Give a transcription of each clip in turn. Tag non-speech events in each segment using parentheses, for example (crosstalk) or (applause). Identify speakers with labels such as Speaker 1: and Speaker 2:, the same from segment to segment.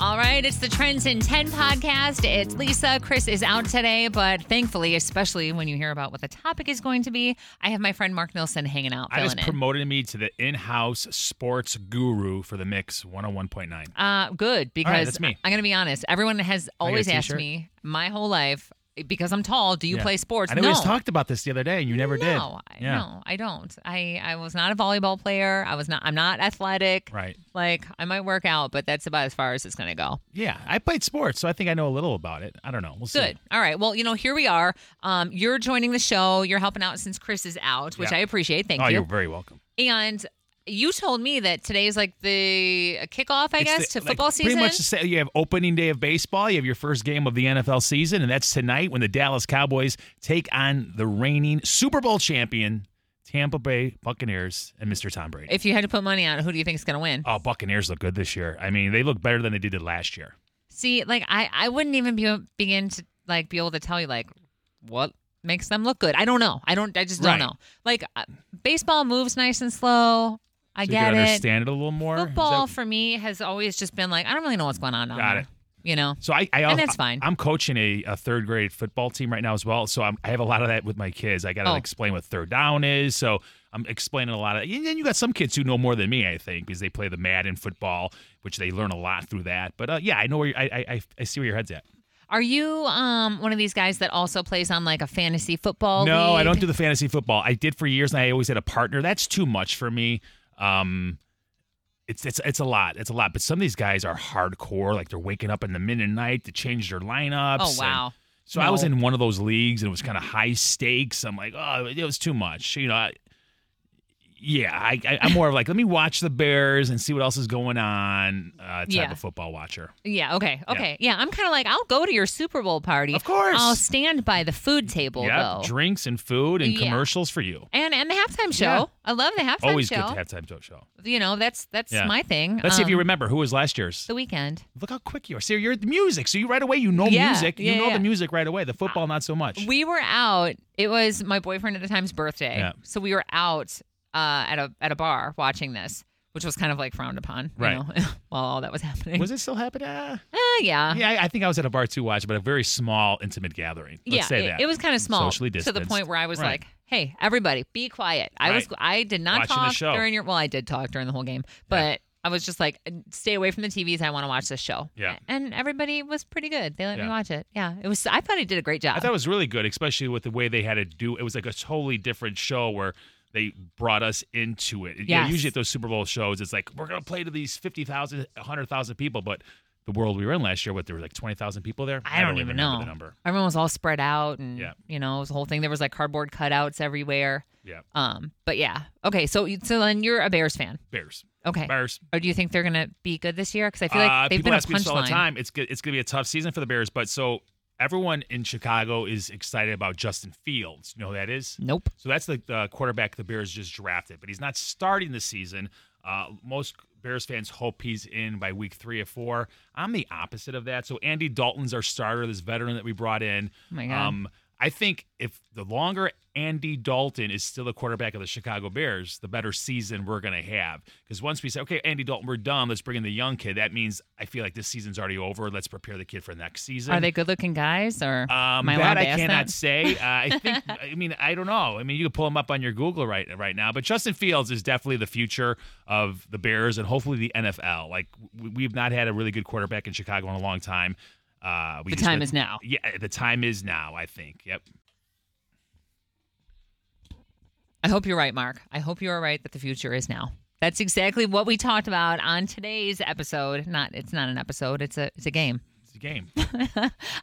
Speaker 1: All right, it's the Trends in 10 podcast. It's Lisa. Chris is out today, but thankfully, especially when you hear about what the topic is going to be, I have my friend Mark Nilsson hanging out.
Speaker 2: I just
Speaker 1: filling in.
Speaker 2: promoted me to the in-house sports guru for the oh Mix 101.9.
Speaker 1: Uh, good because
Speaker 2: that's me.
Speaker 1: I'm gonna be honest. Everyone has
Speaker 2: a
Speaker 1: always asked
Speaker 2: t-shirt.
Speaker 1: me my whole life because I'm tall. Do you
Speaker 2: Yeah.
Speaker 1: play sports?
Speaker 2: I know
Speaker 1: no.
Speaker 2: we just talked about this the other day, and you never did.
Speaker 1: No, I, no, I don't. I I was not a volleyball player. I was not. I'm not athletic.
Speaker 2: Right.
Speaker 1: Like I might work out, but that's about as far as it's gonna go.
Speaker 2: Yeah, I played sports, so I think I know a little about it. I don't know. We'll see.
Speaker 1: Good. All right. Well, you know, here we are. Um, you're joining the show. You're helping out since Chris is out, which
Speaker 2: Yeah.
Speaker 1: I appreciate. Thank
Speaker 2: oh,
Speaker 1: you.
Speaker 2: are very welcome.
Speaker 1: And you told me that today is like the kickoff, I
Speaker 2: It's
Speaker 1: guess, to
Speaker 2: the- like,
Speaker 1: football season.
Speaker 2: Pretty much the same. You have opening day of baseball. You have your first game of the NFL season, and that's tonight when the Dallas Cowboys take on the reigning Super Bowl champion Tampa Bay Buccaneers and Mr. Tom Brady.
Speaker 1: if you had to put money on it, who do you think is gonna win?
Speaker 2: oh, Buccaneers look good this year. I mean, they look better than they did last year.
Speaker 1: See, like I, I wouldn't even be begin to like be able to tell you like what makes them look good. I don't know. I don't. I just don't
Speaker 2: Right.
Speaker 1: know. Like uh, baseball moves nice and slow. I
Speaker 2: So you
Speaker 1: get
Speaker 2: can
Speaker 1: it.
Speaker 2: understand it a little more. Is
Speaker 1: Football
Speaker 2: that-
Speaker 1: for me has always just been like I don't really know what's going on. down
Speaker 2: Got
Speaker 1: there,
Speaker 2: it.
Speaker 1: You know.
Speaker 2: So I, I
Speaker 1: And that's fine.
Speaker 2: I'm coaching a, a third grade football team right now as well. So I'm, I have a lot of that with my kids. I got to
Speaker 1: Oh.
Speaker 2: explain what third down is. So I'm explaining a lot of. And then you got some kids who know more than me, I think, because they play the Madden football, which they learn a lot through that. But uh, yeah, I know where you, I, I- I I see where your head's at.
Speaker 1: Are you um one of these guys that also plays on like a fantasy football?
Speaker 2: no, I
Speaker 1: league?
Speaker 2: don't do the fantasy football. I did for years, and I always had a partner. That's too much for me. Um, it's it's it's a lot. It's a lot. But some of these guys are hardcore. Like they're waking up in the middle of the night to change their lineups.
Speaker 1: Oh
Speaker 2: and-
Speaker 1: wow.
Speaker 2: So I was
Speaker 1: No.
Speaker 2: in one of those leagues and it was kind of high stakes. I'm like, oh, it was too much. You know, I, yeah, I, I, I'm more of like, let me watch the Bears and see what else is going on. Uh, type
Speaker 1: Yeah.
Speaker 2: of football watcher.
Speaker 1: Yeah. Okay.
Speaker 2: Yeah.
Speaker 1: Okay. Yeah. I'm kind of like I'll go to your Super Bowl party.
Speaker 2: Of course.
Speaker 1: I'll stand by the food table
Speaker 2: yeah,
Speaker 1: though.
Speaker 2: drinks and food and
Speaker 1: Yeah.
Speaker 2: commercials for you.
Speaker 1: and and the halftime show.
Speaker 2: Yeah.
Speaker 1: I love the halftime
Speaker 2: Always
Speaker 1: show.
Speaker 2: good to have time to show.
Speaker 1: you know that's that's
Speaker 2: Yeah.
Speaker 1: my thing
Speaker 2: Let's see if you
Speaker 1: Um,
Speaker 2: remember who was last year's.
Speaker 1: the weekend
Speaker 2: Look how quick you are. See, you're the music. So you right away, you know
Speaker 1: Yeah,
Speaker 2: music. You
Speaker 1: yeah,
Speaker 2: know
Speaker 1: yeah.
Speaker 2: the music right away. The football, not so much.
Speaker 1: we were out it was my boyfriend at the time's birthday
Speaker 2: Yeah.
Speaker 1: so we were out uh, at a at a bar watching this which was kind of like frowned upon you
Speaker 2: Right.
Speaker 1: know, (laughs) while all that was happening
Speaker 2: was it still happening? Uh,
Speaker 1: uh, yeah
Speaker 2: yeah, I, I think I was at a bar too, watch, but a very small, intimate gathering. Let's
Speaker 1: Yeah,
Speaker 2: say
Speaker 1: it,
Speaker 2: that.
Speaker 1: it was kind of small
Speaker 2: Socially
Speaker 1: to the
Speaker 2: distanced.
Speaker 1: point where I was
Speaker 2: Right.
Speaker 1: like, "Hey, everybody, be quiet." I was
Speaker 2: Right.
Speaker 1: I did not
Speaker 2: Watching the
Speaker 1: talk
Speaker 2: show.
Speaker 1: during your well, I did talk during the whole game, but I was just like, "Stay away from the TVs. I want to watch this show."
Speaker 2: Yeah.
Speaker 1: and everybody was pretty good. They let me
Speaker 2: Yeah.
Speaker 1: watch it. Yeah, it was. I thought I did a great job.
Speaker 2: I thought it was really good, especially with the way they had to do. It was like a totally different show where they brought us into it. Yeah,
Speaker 1: Yes.
Speaker 2: usually at those Super Bowl shows, it's like we're gonna play to these 50,000, 100,000 people, but the world we were in last year, what there were like twenty thousand people there.
Speaker 1: I don't even
Speaker 2: remember
Speaker 1: know.
Speaker 2: the number.
Speaker 1: Everyone was all spread out, and
Speaker 2: Yeah.
Speaker 1: you know, it was a whole thing. There was like cardboard cutouts everywhere.
Speaker 2: Yeah,
Speaker 1: Um, but yeah, okay. So, you- so then you're a Bears fan,
Speaker 2: Bears,
Speaker 1: okay?
Speaker 2: Bears.
Speaker 1: Or do you think they're gonna be good this year? Because I feel like
Speaker 2: uh,
Speaker 1: they've
Speaker 2: people
Speaker 1: been a
Speaker 2: ask me this all the
Speaker 1: punchline.
Speaker 2: time. It's go- it's gonna be a tough season for the Bears, but so everyone in Chicago is excited about Justin Fields. You know who that is?
Speaker 1: Nope.
Speaker 2: So that's the, the quarterback the Bears just drafted, but he's not starting the season. Uh, most Bears fans hope he's in by week three or four. I'm the opposite of that. So Andy Dalton's our starter, this veteran that we brought in. Um,
Speaker 1: Oh my God.
Speaker 2: I think if the longer Andy Dalton is still the quarterback of the Chicago Bears, the better season we're going to have. Because once we say, okay, Andy Dalton, we're done. Let's bring in the young kid. That means I feel like this season's already over. Let's prepare the kid for next season.
Speaker 1: Are they good-looking guys, or
Speaker 2: Um,
Speaker 1: am I allowed
Speaker 2: that
Speaker 1: to
Speaker 2: I
Speaker 1: ask
Speaker 2: cannot
Speaker 1: that? (laughs)
Speaker 2: say. Uh, I think. I mean, I don't know. I mean, you can pull him up on your Google right right now. But Justin Fields is definitely the future of the Bears and hopefully the NFL. Like we, we've not had a really good quarterback in Chicago in a long time. Uh, we
Speaker 1: The
Speaker 2: just
Speaker 1: time
Speaker 2: went-
Speaker 1: is now.
Speaker 2: Yeah, the time is now. I think. Yep.
Speaker 1: I hope you're right, Mark. I hope you are right that the future is now. That's exactly what we talked about on today's episode. Not it's not an episode. It's a it's a game.
Speaker 2: It's a game.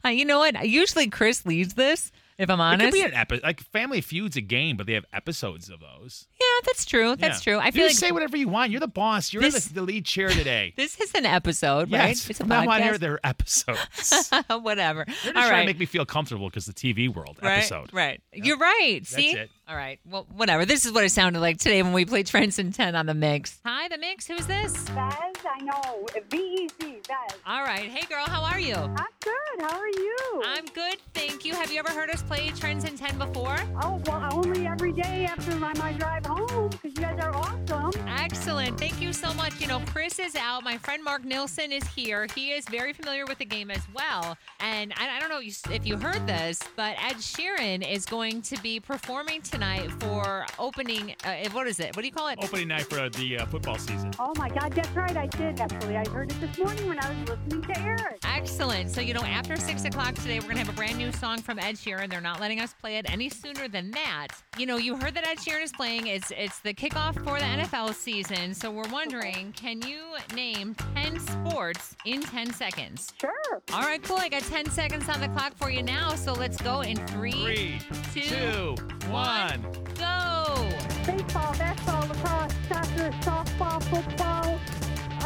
Speaker 1: Uh, you know what? Usually Chris leads this. If I'm
Speaker 2: It
Speaker 1: honest,
Speaker 2: could be an episode. Like Family Feud's a game, but they have episodes of those.
Speaker 1: yeah, that's true. That's
Speaker 2: Yeah.
Speaker 1: true. I
Speaker 2: You
Speaker 1: feel like
Speaker 2: just say whatever you want. You're the boss. You're
Speaker 1: This-
Speaker 2: the, the lead chair today.
Speaker 1: This is an episode, (laughs)
Speaker 2: yes.
Speaker 1: right? It's a
Speaker 2: From now on here,
Speaker 1: podcast.
Speaker 2: they're episodes.
Speaker 1: (laughs) Whatever.
Speaker 2: You're just
Speaker 1: All
Speaker 2: trying
Speaker 1: right.
Speaker 2: to make me feel comfortable because the TV world
Speaker 1: right.
Speaker 2: episode.
Speaker 1: Right. You're right. See?
Speaker 2: it.
Speaker 1: All right. Well, whatever. This is what it sounded like today when we played Trends in 10 on the mix. Hi, the mix. Who's this?
Speaker 3: Vez, I know. V E Z, Vez.
Speaker 1: All right. Hey, girl. How are you?
Speaker 3: I'm good. good. How are you?
Speaker 1: I'm good, thank you. Have you ever heard us play Trends in 10 before?
Speaker 3: oh, well, only every day after my, my drive home because you guys are awesome.
Speaker 1: Excellent. Thank you so much. You know, Chris is out. My friend Mark Nilsson is here. He is very familiar with the game as well. And I, I don't know if you heard this, but Ed Sheeran is going to be performing tonight for opening. Uh, what is it? What do you call it?
Speaker 2: Opening night for the uh, football season.
Speaker 3: Oh, my God. That's right. I did, actually. I heard it this morning when I was listening to Eric.
Speaker 1: Excellent. So, you know, after six o'clock today, we're going to have a brand new song from Ed Sheeran. They're not letting us play it any sooner than that. You know, you heard that Ed Sheeran is playing. It's it's the kickoff for the NFL season. So we're wondering, can you name 10 sports in 10 seconds?
Speaker 3: Sure.
Speaker 1: All right, cool. I got 10 seconds on the clock for you now. So let's go in three,
Speaker 2: Three,
Speaker 1: two,
Speaker 2: two, one.
Speaker 1: go.
Speaker 3: Baseball, basketball, lacrosse, soccer, softball, football,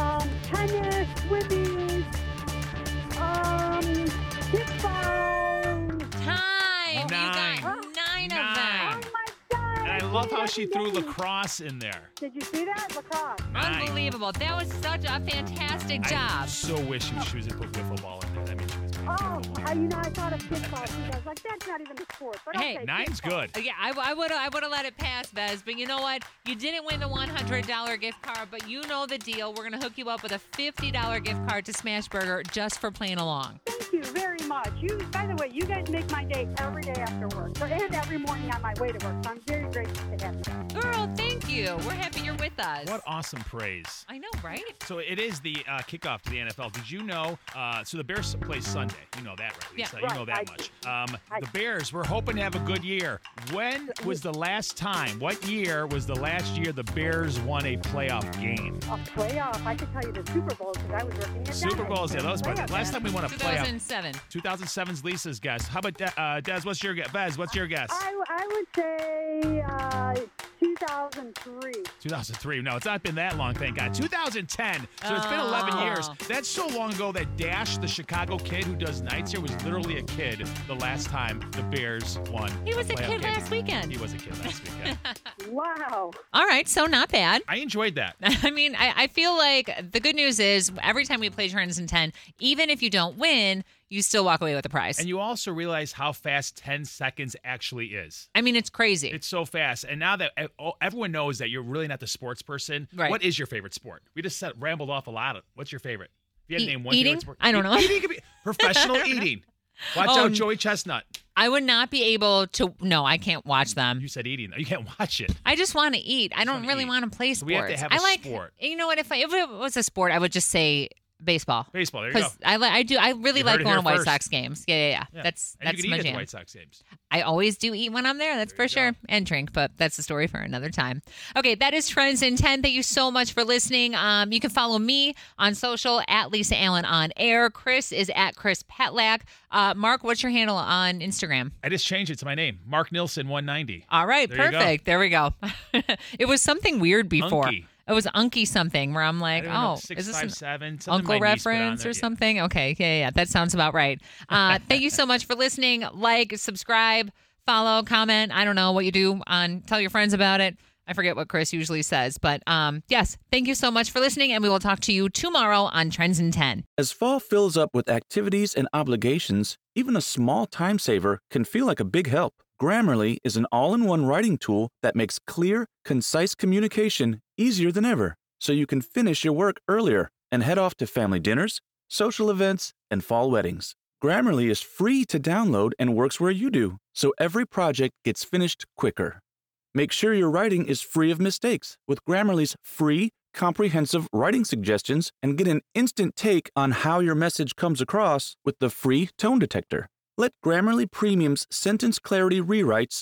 Speaker 3: um, tennis, swimming, um, kickball.
Speaker 1: Time. You got nine,
Speaker 3: Nine. Oh,
Speaker 1: of
Speaker 2: Nine.
Speaker 1: them.
Speaker 3: my God.
Speaker 2: And I love how she threw
Speaker 3: Every day.
Speaker 2: lacrosse in there.
Speaker 3: Did you see that? Lacrosse.
Speaker 2: Nine.
Speaker 1: Unbelievable. That was such a fantastic
Speaker 2: I
Speaker 1: job.
Speaker 2: so wish she- she was in put wiffle ball in there. That means she was playing
Speaker 3: Oh,
Speaker 2: wiffle ball.
Speaker 3: I, you know, I thought of kickball. too. I was like, that's not even a sport. But
Speaker 1: Hey,
Speaker 3: okay,
Speaker 2: Nine's
Speaker 3: kickball.
Speaker 2: good.
Speaker 1: Uh, Yeah, I, I would I would have let it pass, Bez. But you know what? You didn't win the one hundred dollar gift card, but you know the deal. We're gonna hook you up with a fifty dollar gift card to Smashburger just for playing along.
Speaker 3: Thank you very much. You, by the way, you guys make my day every day after work, so, and every morning on my way to work. So I'm very grateful to have you. guys.
Speaker 1: Girl, thank you. We're happy you're with us.
Speaker 2: What awesome praise.
Speaker 1: I know, right?
Speaker 2: So it is the uh, kickoff to the NFL. Did you know? Uh, so the Bears play Sunday. You know that, right?
Speaker 1: Yeah.
Speaker 2: Lisa? You know
Speaker 3: Right, I
Speaker 2: that much. Um,
Speaker 3: I-
Speaker 2: the Bears were hoping to have a good year. When was the last time? What year was the last year the Bears won a playoff game?
Speaker 3: A playoff. I could tell you the Super Bowl because I was working at
Speaker 2: Super
Speaker 3: Domino's.
Speaker 2: Bowls, yeah, that was. But
Speaker 3: Playoff
Speaker 2: last time we won a
Speaker 1: Two
Speaker 2: playoff.
Speaker 1: thousand seven.
Speaker 2: 2007's Lisa's guess. How about De- uh, Des? What's your guess? Bez, what's your guess?
Speaker 3: I, I would say uh, 2003.
Speaker 2: 2003. No, it's not been that long, thank God. 2010. So it's been 11
Speaker 1: Oh.
Speaker 2: years. That's so long ago that Dash, the Chicago kid who does nights here, was literally a kid the last time the Bears won.
Speaker 1: He was a
Speaker 2: playoff
Speaker 1: kid
Speaker 2: game.
Speaker 1: last weekend.
Speaker 2: He was a kid
Speaker 1: (laughs)
Speaker 2: last weekend.
Speaker 3: Wow.
Speaker 1: All right, so not bad. (laughs)
Speaker 2: I enjoyed that.
Speaker 1: I mean, I, I feel like the good news is every time we play Trends in 10, even if you don't win, you still walk away with a prize.
Speaker 2: And you also realize how fast 10 seconds actually is.
Speaker 1: I mean, it's crazy.
Speaker 2: It's so fast. And now that ev- oh, everyone knows that you're really not the sports person,
Speaker 1: Right.
Speaker 2: what is your favorite sport? We just said, rambled off a lot. Of, what's your favorite? If you had to
Speaker 1: E-
Speaker 2: name one
Speaker 1: eating?
Speaker 2: favorite sport,
Speaker 1: I don't
Speaker 2: E-
Speaker 1: know.
Speaker 2: Eating
Speaker 1: (laughs)
Speaker 2: could be professional eating. Watch
Speaker 1: Oh,
Speaker 2: out,
Speaker 1: n-
Speaker 2: Joey Chestnut.
Speaker 1: I would not be able to. No, I can't watch them.
Speaker 2: You said eating though. (laughs) You can't watch it.
Speaker 1: I just want to eat. I don't
Speaker 2: wanna
Speaker 1: really
Speaker 2: eat.
Speaker 1: want to play sports.
Speaker 2: So we have to have
Speaker 1: I
Speaker 2: a
Speaker 1: like,
Speaker 2: sport.
Speaker 1: You know what? If, I, if it was a sport, I would just say baseball
Speaker 2: Baseball. There you go.
Speaker 1: because I li- I do I really
Speaker 2: You
Speaker 1: like
Speaker 2: heard it
Speaker 1: going
Speaker 2: here
Speaker 1: to White
Speaker 2: first.
Speaker 1: Sox games. Yeah, yeah, yeah.
Speaker 2: Yeah.
Speaker 1: That's
Speaker 2: and
Speaker 1: that's
Speaker 2: you can
Speaker 1: my
Speaker 2: eat at the
Speaker 1: jam.
Speaker 2: White Sox games.
Speaker 1: I always do eat when I'm there. That's
Speaker 2: There
Speaker 1: for
Speaker 2: you
Speaker 1: sure,
Speaker 2: go.
Speaker 1: and drink. But that's the story for another time. Okay, that is Trends in Ten. Thank you so much for listening. Um, you can follow me on social at Lisa Allen on Air. Chris is at Chris Petlak. Uh, Mark, what's your handle on Instagram?
Speaker 2: I just changed it to my name, Mark Nilsson 190.
Speaker 1: All right,
Speaker 2: There you go.
Speaker 1: perfect. There we go. (laughs) it was something weird before.
Speaker 2: Unky.
Speaker 1: It was unky something where I'm like, oh,
Speaker 2: six
Speaker 1: is this
Speaker 2: five
Speaker 1: an
Speaker 2: seven. something
Speaker 1: uncle
Speaker 2: my niece put on
Speaker 1: reference
Speaker 2: there.
Speaker 1: or
Speaker 2: Yeah.
Speaker 1: something? Okay, yeah, yeah, yeah, that sounds about right. Uh, thank you so much for listening. Like, subscribe, follow, comment. I don't know what you do on. Tell your friends about it. I forget what Chris usually says, but um, yes, thank you so much for listening, and we will talk to you tomorrow on Trends in Ten.
Speaker 4: As fall fills up with activities and obligations, even a small time saver can feel like a big help. Grammarly is an all in one writing tool that makes clear, concise communication easier than ever, so you can finish your work earlier and head off to family dinners, social events, and fall weddings. Grammarly is free to download and works where you do, so every project gets finished quicker. Make sure your writing is free of mistakes with Grammarly's free, comprehensive writing suggestions and get an instant take on how your message comes across with the free tone detector. Let Grammarly Premium's sentence clarity rewrites